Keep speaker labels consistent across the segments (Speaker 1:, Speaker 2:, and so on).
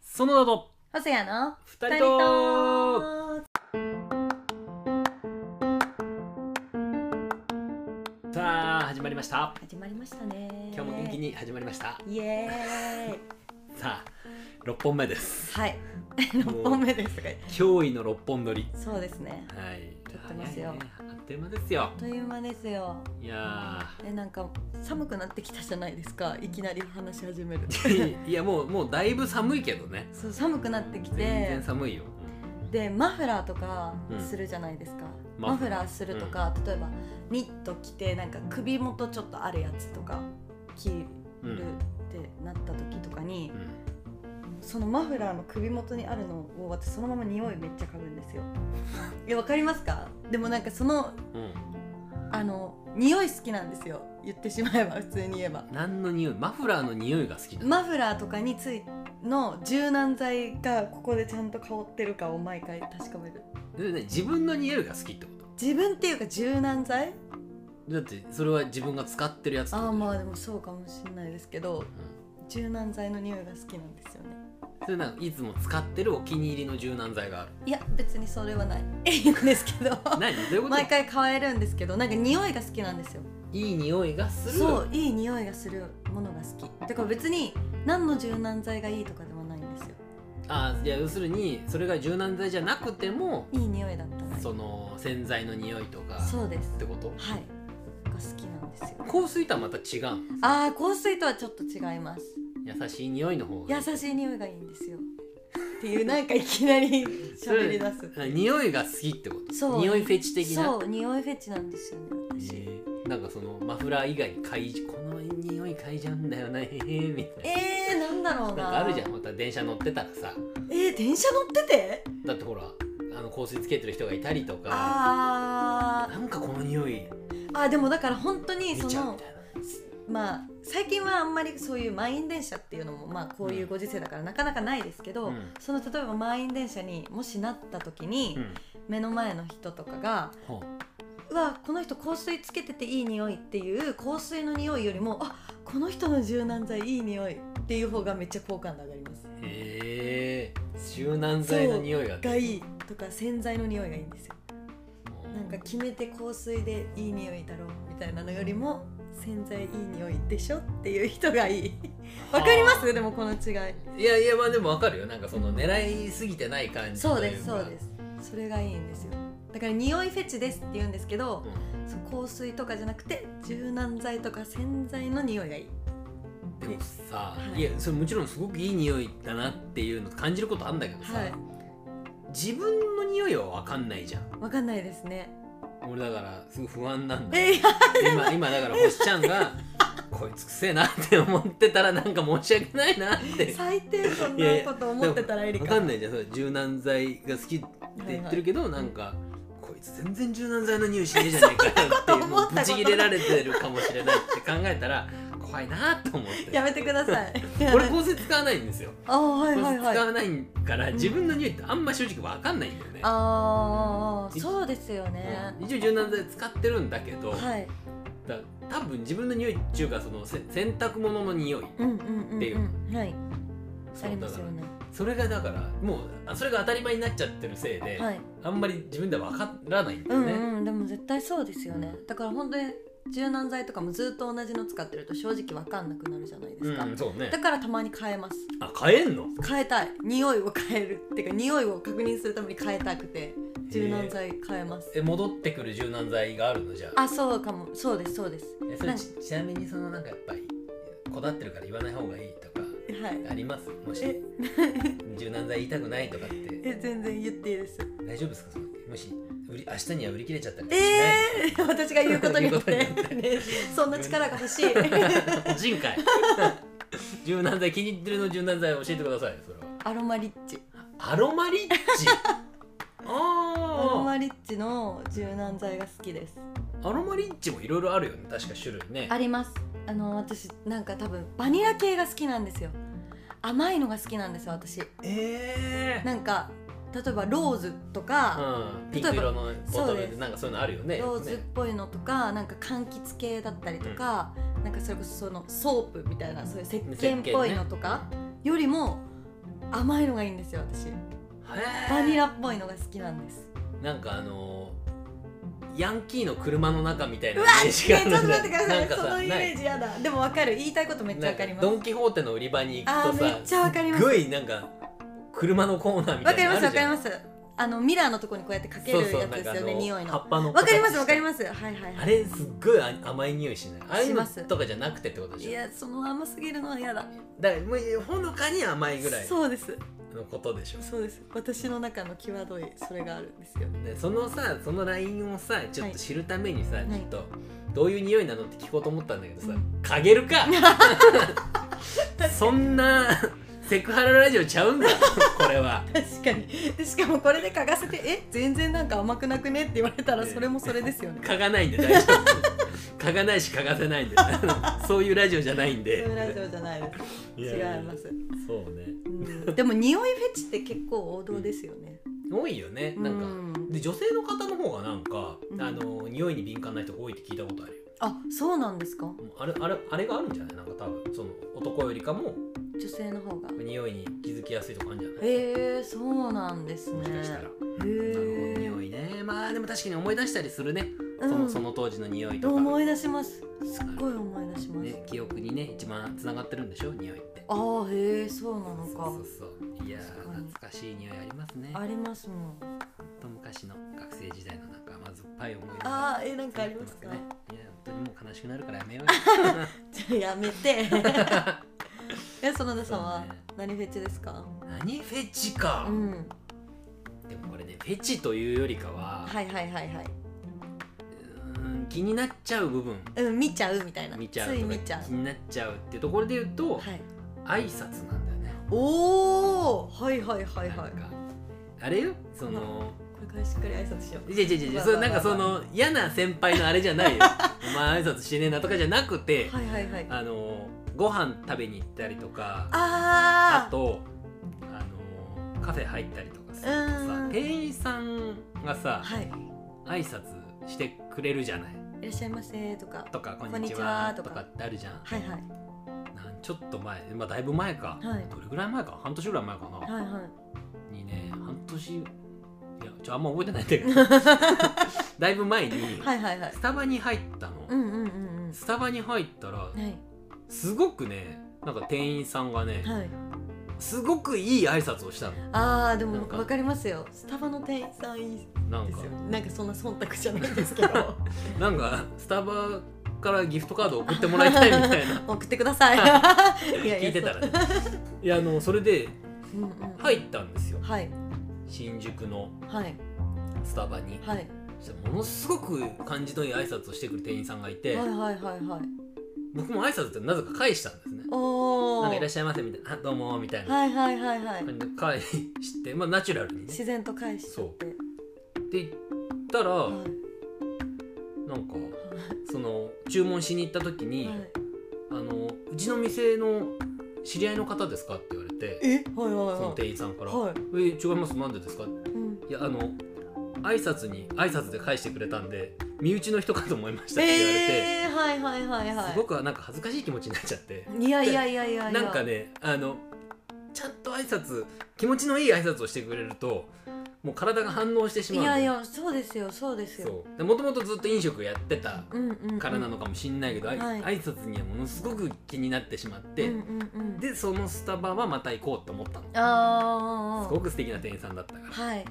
Speaker 1: その名と
Speaker 2: 細谷の
Speaker 1: 二人とーさあ始まりました
Speaker 2: 始まりましたね
Speaker 1: 今日も元気に始まりました
Speaker 2: イエーイ
Speaker 1: さあ6本目です
Speaker 2: はい 六本目ですが
Speaker 1: 驚異の6本撮り
Speaker 2: そうですね
Speaker 1: はい
Speaker 2: 撮ってますよ
Speaker 1: 早いねあっという間ですよ
Speaker 2: あっという間ですよ
Speaker 1: いや
Speaker 2: えなんか寒くなってきたじゃないですかいきなり話し始め る
Speaker 1: ーいやもうもうだいぶ寒いけどね
Speaker 2: そう寒くなってき
Speaker 1: 全
Speaker 2: て
Speaker 1: 然寒いよ
Speaker 2: でマフラーとか
Speaker 1: うん
Speaker 2: するじゃないですか、マ
Speaker 1: マ
Speaker 2: フ
Speaker 1: フラー
Speaker 2: ラーするとか、例えばニット着てなんか首元ちょっとあるやつとか着る
Speaker 1: うんうん
Speaker 2: ってなった時とかに
Speaker 1: う、ん
Speaker 2: そのマフラーの首元にあるのを私そのまま匂いめっちゃ嗅ぐんですよいやわかりますかでもなんかその
Speaker 1: うん
Speaker 2: あの匂い好きなんですよ言ってしまえば普通に言えば
Speaker 1: 何の匂いマフラーの匂いが好きなの
Speaker 2: マフラーとかについの柔軟剤がここでちゃんと香ってるかを毎回確かめる
Speaker 1: でね自分の匂いが好きってこ
Speaker 2: 自分っていうか柔軟剤
Speaker 1: とだってそれは自分が使ってるやつってこと
Speaker 2: ああ
Speaker 1: でしょ
Speaker 2: まあでもそうかもしれないですけど
Speaker 1: う
Speaker 2: 柔軟剤の匂いが好きなんですよね
Speaker 1: んそれなんかいつも使ってるお気に入りの柔軟剤がある
Speaker 2: いや別にそれはないいい んですけど
Speaker 1: 何どういうこと
Speaker 2: 毎回変えるんですけどなんか匂いが好きなんですよ
Speaker 1: いい匂いがする
Speaker 2: そういい匂いがするものが好きだから別に何の柔軟剤がいいとかではないんですよ
Speaker 1: あいや要するにそれが柔軟剤じゃなくても
Speaker 2: いい匂いだったらいい
Speaker 1: その洗剤の匂いとか
Speaker 2: そうです
Speaker 1: ってこと
Speaker 2: はいが好きなんですよ
Speaker 1: 香水とはまた違う
Speaker 2: ああ香水とはちょっと違います
Speaker 1: 優しい匂いの方がいい
Speaker 2: 優しい匂いがいいんですよっていうなんかいきなり喋り出す
Speaker 1: あ匂いが好きってこと
Speaker 2: そう
Speaker 1: 匂いフェチ的な
Speaker 2: そう匂いフェチなんですよね
Speaker 1: え
Speaker 2: 私
Speaker 1: ーなんかそのマフラー以外に嗅いじこの匂い嗅いじゃうんだよねみたいな
Speaker 2: えー、なんだろうな
Speaker 1: なんかあるじゃんまた電車乗ってたらさ
Speaker 2: えー、電車乗ってて
Speaker 1: だってほらあの香水つけてる人がいたりとか
Speaker 2: あー
Speaker 1: なんかこの匂い
Speaker 2: あーでもだから本当に
Speaker 1: 見
Speaker 2: そ
Speaker 1: ちゃう
Speaker 2: の
Speaker 1: みたいな
Speaker 2: まあ最近はあんまりそういう満員電車っていうのもまあこういうご時世だからなかなかないですけど、
Speaker 1: うん
Speaker 2: その例えば満員電車にもしなった時に、
Speaker 1: うん
Speaker 2: 目の前の人とかが
Speaker 1: ほう
Speaker 2: うわこの人香水つけてていい匂いっていう香水の匂いよりもあこの人の柔軟剤いい匂いっていう方がめっちゃ好感度上がります。
Speaker 1: へえ柔軟剤の匂いが
Speaker 2: がいいとか洗剤の匂いがいいんですよ。なんか決めて香水でいい匂いだろうみたいなのよりも洗剤いい匂いでしょっていう人がいい。わかりますでもこの違い。
Speaker 1: いやいやまあでもわかるよなんかその狙いすぎてない感じ
Speaker 2: そうです
Speaker 1: とい
Speaker 2: そ
Speaker 1: か
Speaker 2: うですそれがいいんですよだから匂いフェチですって言うんですけど、そう香水とかじゃなくて柔軟剤とか洗剤の匂いがいい
Speaker 1: うんでもさ、
Speaker 2: はい
Speaker 1: い、やそれもちろんすごくいい匂いだなっていうの感じることあんだけどさ、
Speaker 2: はい
Speaker 1: 自分の匂いはわかんないじゃん
Speaker 2: わかんないですね
Speaker 1: 俺だからすごい不安なん だよ
Speaker 2: えいや
Speaker 1: 今今だから星ちゃんが「こいつくせえな」って思ってたらなんか申し訳ないなって
Speaker 2: 最低 そん
Speaker 1: いやい
Speaker 2: な
Speaker 1: や
Speaker 2: こと思ってたらエリ
Speaker 1: わ
Speaker 2: カ
Speaker 1: かんないじゃんそれ柔軟剤が好きって
Speaker 2: はい
Speaker 1: 言
Speaker 2: は
Speaker 1: っ
Speaker 2: い
Speaker 1: てるけど、なんかこいつ全然柔軟剤の匂いしねえじゃねえかよって
Speaker 2: そん
Speaker 1: い
Speaker 2: な
Speaker 1: う
Speaker 2: こと
Speaker 1: も
Speaker 2: 思っ
Speaker 1: う
Speaker 2: たこと
Speaker 1: ぶち切れられてるかもしれないって考えたら怖いなと思って
Speaker 2: やめてください
Speaker 1: 俺香水使わないんですよ
Speaker 2: あーはい
Speaker 1: 香
Speaker 2: は
Speaker 1: 水
Speaker 2: い
Speaker 1: 使
Speaker 2: はいあ
Speaker 1: わないから
Speaker 2: ん
Speaker 1: 自分の匂いってあんま正直わかんないんだよね、
Speaker 2: あーそうですよね、
Speaker 1: うん一応柔軟剤使ってるんだけど、
Speaker 2: はい
Speaker 1: だ多分自分の匂いっていうかそのせ洗濯物の匂い
Speaker 2: うんうんうん、
Speaker 1: っていう
Speaker 2: うん、はい
Speaker 1: そ
Speaker 2: あり
Speaker 1: う
Speaker 2: ま
Speaker 1: だ
Speaker 2: す
Speaker 1: か
Speaker 2: よ
Speaker 1: ら
Speaker 2: ね
Speaker 1: それがだからもうあそれが当たり前になっちゃってるせいで、
Speaker 2: はい
Speaker 1: あんまり自分では分からないんだ
Speaker 2: う
Speaker 1: よ
Speaker 2: ん
Speaker 1: ね、
Speaker 2: うん、でも絶対そうですよねだから本当に柔軟剤とかもずっと同じの使ってると正直わかんなくなるじゃないですか、
Speaker 1: うん、そうね
Speaker 2: だからたまに変えます
Speaker 1: あ変えんの
Speaker 2: 変えたい匂いを変えるっていうか匂いを確認するために変えたくて柔軟剤変えます
Speaker 1: え戻ってくる柔軟剤があるのじゃあ
Speaker 2: あそうかもそうですそうです
Speaker 1: えそれちちなみにそのなんかやっぱりこだわってるから言わない方がいいとか
Speaker 2: はい
Speaker 1: ありますもし
Speaker 2: え
Speaker 1: 柔軟剤言いたくないとかって
Speaker 2: え全然言っていいです
Speaker 1: 大丈夫ですかそのもし売り明日には売り切れちゃったりとかし
Speaker 2: えー、 私が言うことに よって
Speaker 1: 言うこと
Speaker 2: ねそんな力が欲し い
Speaker 1: ない人海柔軟剤気に入ってるの柔軟剤教えてくださいそれは
Speaker 2: アロマリッチ
Speaker 1: アロマリッチ
Speaker 2: アロ
Speaker 1: あ
Speaker 2: マリッチの柔軟剤が好きです
Speaker 1: あアロマリッチもいろいろあるよね確か種類ね
Speaker 2: ありますあの私なんか多分バニラ系が好きなんですよ甘いのが好きなんですよ私
Speaker 1: ええ
Speaker 2: なんか例えばローズとか、
Speaker 1: うん、ピンク色のボト
Speaker 2: そう
Speaker 1: ル
Speaker 2: で
Speaker 1: ですなんかそういうのあるよね
Speaker 2: ローズっ
Speaker 1: ね
Speaker 2: ぽいのとかなんか柑橘系だったりとか、なんかそれこそそのソープみたいなそういう石
Speaker 1: 石鹸
Speaker 2: 鹸
Speaker 1: ね
Speaker 2: っぽいのとか、よりも甘いのがいいんですよ私バニラっぽいのが好きなんです
Speaker 1: なんかあのー、ヤンキーの車の中みたいなイメージ
Speaker 2: え
Speaker 1: が
Speaker 2: ちょっと待ってくださ
Speaker 1: ないんか
Speaker 2: そ
Speaker 1: さ
Speaker 2: のイメ
Speaker 1: ない
Speaker 2: ージやだでもわかる言いたいことめっちゃわかります
Speaker 1: ドン・キホーテの売り場に
Speaker 2: あ
Speaker 1: 行く
Speaker 2: ー
Speaker 1: と
Speaker 2: め
Speaker 1: さ
Speaker 2: っちゃわかります
Speaker 1: すっごいなんか車のコーナーみた
Speaker 2: わ
Speaker 1: い
Speaker 2: かり
Speaker 1: なのあ
Speaker 2: ます
Speaker 1: る
Speaker 2: わ
Speaker 1: じ
Speaker 2: かり
Speaker 1: ゃん
Speaker 2: ますあのミラーのとこにこうやってかけるやつ
Speaker 1: そうそう
Speaker 2: ですよ
Speaker 1: なんかあ
Speaker 2: ね
Speaker 1: の
Speaker 2: 匂い
Speaker 1: 葉
Speaker 2: の
Speaker 1: っぱの
Speaker 2: わかりますわかり
Speaker 1: す
Speaker 2: ますはいはい
Speaker 1: あ
Speaker 2: は
Speaker 1: れすっごいあ甘い匂いしないああいう
Speaker 2: し
Speaker 1: の
Speaker 2: ます
Speaker 1: とかじゃなくてってことで
Speaker 2: い
Speaker 1: しょ
Speaker 2: いやその甘すぎるのは嫌だ
Speaker 1: だからもうほのかに甘いぐらい
Speaker 2: そうです
Speaker 1: のことでしょ
Speaker 2: そうです私の中の際どいそれがあるんですよ
Speaker 1: でそのさそのラインをさちょっ
Speaker 2: はい
Speaker 1: と知るためにさ、
Speaker 2: い
Speaker 1: ちょっとどういう匂いなのって聞こうと思ったんだけどさ
Speaker 2: う
Speaker 1: 「かげる か! 」そんなセクハララジオちゃうんだこれは
Speaker 2: 確かにでしかもこれで嗅がせて「え全然なんか甘くなくね?」って言われたらそれもそれですよね
Speaker 1: 嗅がないんで大丈夫嗅がないし嗅がせないんで そういうラジオじゃないん
Speaker 2: そう
Speaker 1: で
Speaker 2: いうラジオじゃないです違います、
Speaker 1: そうね
Speaker 2: うん、でも匂いフェチって結構王道ですよね
Speaker 1: 多いよねなんか、
Speaker 2: うん
Speaker 1: で女性の方の方がなんか、
Speaker 2: うん
Speaker 1: あの匂いに敏感な人が多いって聞いたことあるよ
Speaker 2: あそうなんですか
Speaker 1: もうあれあれあれがあるんじゃないなんか多分その男よりかも
Speaker 2: 女性の方が
Speaker 1: 匂いに気づきやすいとかあるんじゃない
Speaker 2: へえー、そうなんです
Speaker 1: も
Speaker 2: ね
Speaker 1: しかしたら、な
Speaker 2: へ
Speaker 1: るほど
Speaker 2: え
Speaker 1: 匂いねまあでも確かに思い出したりするね、そのその当時の匂いとか、
Speaker 2: 思い出しますすっごい思い出します、
Speaker 1: ね、記憶にね一番つながってるんでしょ匂いって
Speaker 2: ああへえそうなの
Speaker 1: そう
Speaker 2: か
Speaker 1: そうそういやー
Speaker 2: 確かに
Speaker 1: 懐かしい匂いありますね
Speaker 2: ありますもん
Speaker 1: と昔の学生時代のなんか甘酸っぱい思い出
Speaker 2: あーえなんかありますか
Speaker 1: ねいや本当にもう悲しくなるからやめ ようよ
Speaker 2: じゃ あやめ てえ園田さんは
Speaker 1: そうね
Speaker 2: 何フェチですか
Speaker 1: 何フェチか、
Speaker 2: うん
Speaker 1: でもこれねフェチというよりかは、
Speaker 2: はいはいはいはいう
Speaker 1: ーん気になっちゃう部分
Speaker 2: うん見ちゃうみたいな
Speaker 1: 見ちゃう
Speaker 2: つい
Speaker 1: とか
Speaker 2: 見ちゃう
Speaker 1: 気になっちゃうっていうところで言うと、
Speaker 2: はい
Speaker 1: 挨拶なんだよね
Speaker 2: おおはいはいはいはい
Speaker 1: なんかあれよその
Speaker 2: これからしっかり挨拶しよう
Speaker 1: いやいやいやいやそうなんかその嫌な先輩のあれじゃない よお前挨拶しねえなとかじゃなくて
Speaker 2: はいはいはい
Speaker 1: あのご飯食べに行ったりとかあ
Speaker 2: あー
Speaker 1: とあのカフェ入ったりとかすると
Speaker 2: う
Speaker 1: さ
Speaker 2: ん
Speaker 1: 店員さんがさ
Speaker 2: はい
Speaker 1: 挨拶してくれるじゃない
Speaker 2: いらっしゃいませとか
Speaker 1: とか「こ
Speaker 2: んにちは
Speaker 1: んにちは」
Speaker 2: と
Speaker 1: と
Speaker 2: か
Speaker 1: かってあるじゃん
Speaker 2: はいはい
Speaker 1: なんちょっと前まあだいぶ前か
Speaker 2: はい
Speaker 1: どれぐらい前か半年ぐらい前かな
Speaker 2: はいはい
Speaker 1: にね半年いやちょあんま覚えてないんだけ ど だいぶ前に
Speaker 2: はいはいはい
Speaker 1: スタバに入ったの、
Speaker 2: うんうんうんうん
Speaker 1: スタバに入ったら
Speaker 2: はい
Speaker 1: すごくねなんか店員さんがね
Speaker 2: はい
Speaker 1: すごくいい挨拶をしたの
Speaker 2: あーで
Speaker 1: な
Speaker 2: も
Speaker 1: んか
Speaker 2: わかりますよスタバの店員さんいい
Speaker 1: なん
Speaker 2: です
Speaker 1: か
Speaker 2: よなんかそんな忖度じゃないです けど
Speaker 1: なんかスタバからギフトカード送ってもらいたいみたいな
Speaker 2: 送ってください いや
Speaker 1: 聞いてたら
Speaker 2: そ
Speaker 1: ねいやあのそれで
Speaker 2: ううんうん
Speaker 1: 入ったんですよ
Speaker 2: はい
Speaker 1: 新宿の
Speaker 2: はい
Speaker 1: スタバに
Speaker 2: はい
Speaker 1: そしたらものすごく感じのいい挨拶をしてくる店員さんがいて
Speaker 2: はいはいはいはい
Speaker 1: 僕も挨拶ってなぜか返したんですね
Speaker 2: おお
Speaker 1: なんかいらっ
Speaker 2: は
Speaker 1: しゃいませみたいな、あどうもみたい
Speaker 2: い
Speaker 1: な
Speaker 2: はいはいはい
Speaker 1: 感じで返して、まあナチュラルにね。
Speaker 2: 自然と返しちゃって
Speaker 1: って言ったら、
Speaker 2: はい
Speaker 1: なんか、その、注文しに行った時に、
Speaker 2: はい
Speaker 1: あの、うちの店の知り合いの方ですかって言われて、
Speaker 2: えはいはい
Speaker 1: その
Speaker 2: は
Speaker 1: 店員さんから、
Speaker 2: はい
Speaker 1: え、違います、なんでですか
Speaker 2: いうん
Speaker 1: いや、あの、挨拶に、挨拶で返してくれたんで、身内の人かと思いましたって言われて、
Speaker 2: えーはいはいはいはい
Speaker 1: すごくなんか恥ずかしい気持ちになっちゃって、
Speaker 2: いやいやいやいやいや
Speaker 1: なんかねあのちゃんと挨拶気持ちのいい挨拶をしてくれるともう体が反応してし
Speaker 2: い
Speaker 1: まうんだ
Speaker 2: や
Speaker 1: よ
Speaker 2: いやそうですよそうですよ
Speaker 1: そうでもともとずっと飲食やってた
Speaker 2: うんうんうん
Speaker 1: からなのかもしんないけど、あい
Speaker 2: はい
Speaker 1: 挨拶にはものすごく気になってしまって、
Speaker 2: うんうんうん
Speaker 1: でそのスタバはまた行こうと思ったの
Speaker 2: ああ
Speaker 1: すごく素敵な店員さんだったから
Speaker 2: はい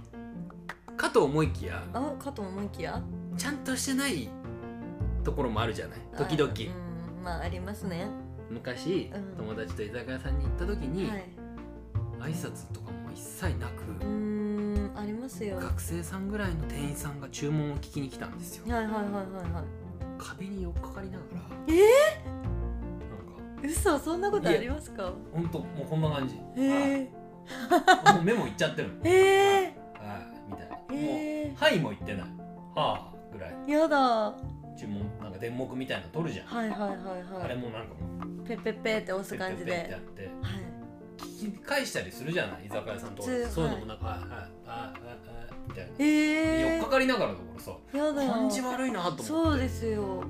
Speaker 1: かと思いきや
Speaker 2: あかと思いきや
Speaker 1: ちゃんとしてないところもあるじゃない時
Speaker 2: あ
Speaker 1: 々
Speaker 2: うんまあありますね
Speaker 1: 昔、
Speaker 2: うん
Speaker 1: 友達と居酒屋さんに行った時に、
Speaker 2: はい
Speaker 1: 挨拶とかも一切なく、
Speaker 2: うーんありますよはい
Speaker 1: 学生さんぐらいの店員さんが注文を聞きに来たんですよ
Speaker 2: はいはいはいは
Speaker 1: 壁に寄っかかりながら
Speaker 2: え
Speaker 1: なんか
Speaker 2: い嘘そんなことありますか
Speaker 1: ほんともうこんな感じ
Speaker 2: へえ
Speaker 1: あもう目もいっちゃってるの
Speaker 2: へえ
Speaker 1: はいみたいなも
Speaker 2: へ
Speaker 1: うはいも言ってないはあぐらい
Speaker 2: えやだは
Speaker 1: 注文なんか電目みたいなの取るじゃん、
Speaker 2: いはいはい
Speaker 1: あれ
Speaker 2: は
Speaker 1: もなんかもう
Speaker 2: いペッペッペって押す感じ
Speaker 1: ペッペッペッっ
Speaker 2: で
Speaker 1: てやって
Speaker 2: はい
Speaker 1: 聞き返したりするじゃない居酒屋さんとか
Speaker 2: 普
Speaker 1: で
Speaker 2: 通
Speaker 1: そういうのもなんかはいはいはいはいはいみたいな、
Speaker 2: え
Speaker 1: 寄っ
Speaker 2: え
Speaker 1: かかりながらだからさ
Speaker 2: やだ
Speaker 1: 感じ悪いなと思って
Speaker 2: そうですよ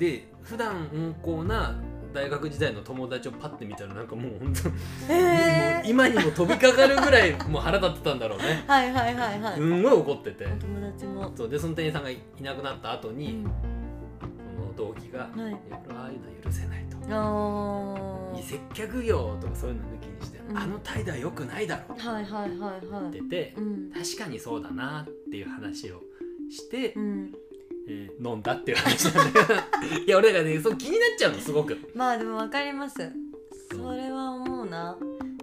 Speaker 1: で普段温厚な大学時代の友達をパッて見たらなんかもう本当に、
Speaker 2: え
Speaker 1: もう
Speaker 2: ー、
Speaker 1: 今にも飛びかかるぐらいもう腹立ってたんだろうね
Speaker 2: はいはいはいはい、
Speaker 1: すんごい怒ってて
Speaker 2: お友達も、
Speaker 1: そうでその店員さんがいなくなった後
Speaker 2: う
Speaker 1: に、
Speaker 2: ん、
Speaker 1: その動機が、
Speaker 2: はい
Speaker 1: いや俺はああいうのは許せないと。
Speaker 2: あ
Speaker 1: いや接客業とかそういうの抜きにして、
Speaker 2: うん
Speaker 1: あの態度は良くないだろっ
Speaker 2: ーはいはいはいは
Speaker 1: て
Speaker 2: い
Speaker 1: 言って、
Speaker 2: うん
Speaker 1: 確かにそうだなっていう話をして、
Speaker 2: うん
Speaker 1: えー飲んだっていう話なんだ よいや俺だからねそう気になっちゃうのすごく
Speaker 2: まあでもわかりますそれは思うな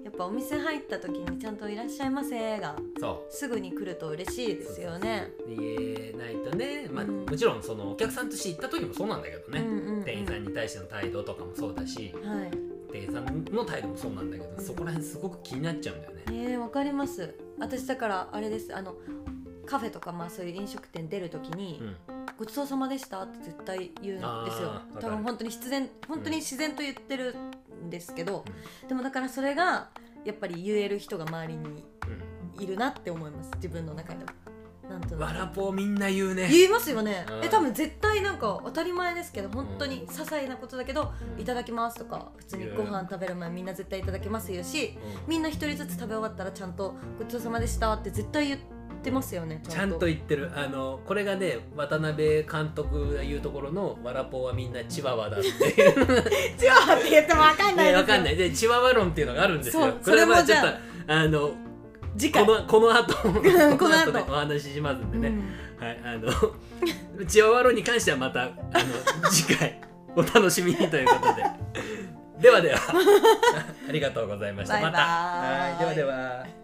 Speaker 2: やっぱお店入った時にちゃんと「いらっしゃいませ」が
Speaker 1: そ
Speaker 2: すぐに来ると嬉しいですよね
Speaker 1: う言えないとね、まあ、
Speaker 2: う
Speaker 1: も
Speaker 2: ん
Speaker 1: ちろんそのお客さんとして行った時もそうなんだけどね、
Speaker 2: うんうんうん
Speaker 1: 店員さんに対しての態度とかもそうだし
Speaker 2: はい
Speaker 1: 店員さんの態度もそうなんだけどそこら辺すごく気になっちゃうんだよね
Speaker 2: えー、わかります私だからあれですあのカフェとかまあそういう飲食店出る時に「
Speaker 1: うん
Speaker 2: ごちそうさまでした」って絶対言うんですよ
Speaker 1: あーわかる
Speaker 2: 多分本当に必然本当に自然と言ってるんですけど、でもだからそれがやっぱり言える人が周りにいるなって思います自分の中でもなんと
Speaker 1: うん
Speaker 2: な
Speaker 1: わ
Speaker 2: く
Speaker 1: らぽーみんな言うね
Speaker 2: 言いますよね、
Speaker 1: うん
Speaker 2: え多分絶対なんか当たり前ですけど本当
Speaker 1: う
Speaker 2: に
Speaker 1: ん
Speaker 2: 些細なことだけど「いただきます」とか普通にご飯食べる前みんな絶対「いただきます」言うし
Speaker 1: うん
Speaker 2: みんな一人ずつ食べ終わったらちゃんと「ごちそうさまでした」って絶対言ってますよね
Speaker 1: ちゃんと言ってるあのこれがね渡辺監督が言うところの「わらぽーはみんなチワワだ」 っていう
Speaker 2: 違うって言っても分かんな
Speaker 1: ね
Speaker 2: いですよ
Speaker 1: わかんないでチワワ論っていうのがあるんですよ
Speaker 2: そう
Speaker 1: これはまあ
Speaker 2: それも
Speaker 1: ち
Speaker 2: じゃあ
Speaker 1: ょっとあの
Speaker 2: 次
Speaker 1: こ
Speaker 2: 回
Speaker 1: のこの 後こ
Speaker 2: の後
Speaker 1: ねお話ししますんで
Speaker 2: う
Speaker 1: ね、
Speaker 2: ん
Speaker 1: はいあのチワワ論に関してはまたあ の次回お楽しみにということ でではではありがとうございました
Speaker 2: バイバーイ
Speaker 1: またはいではでは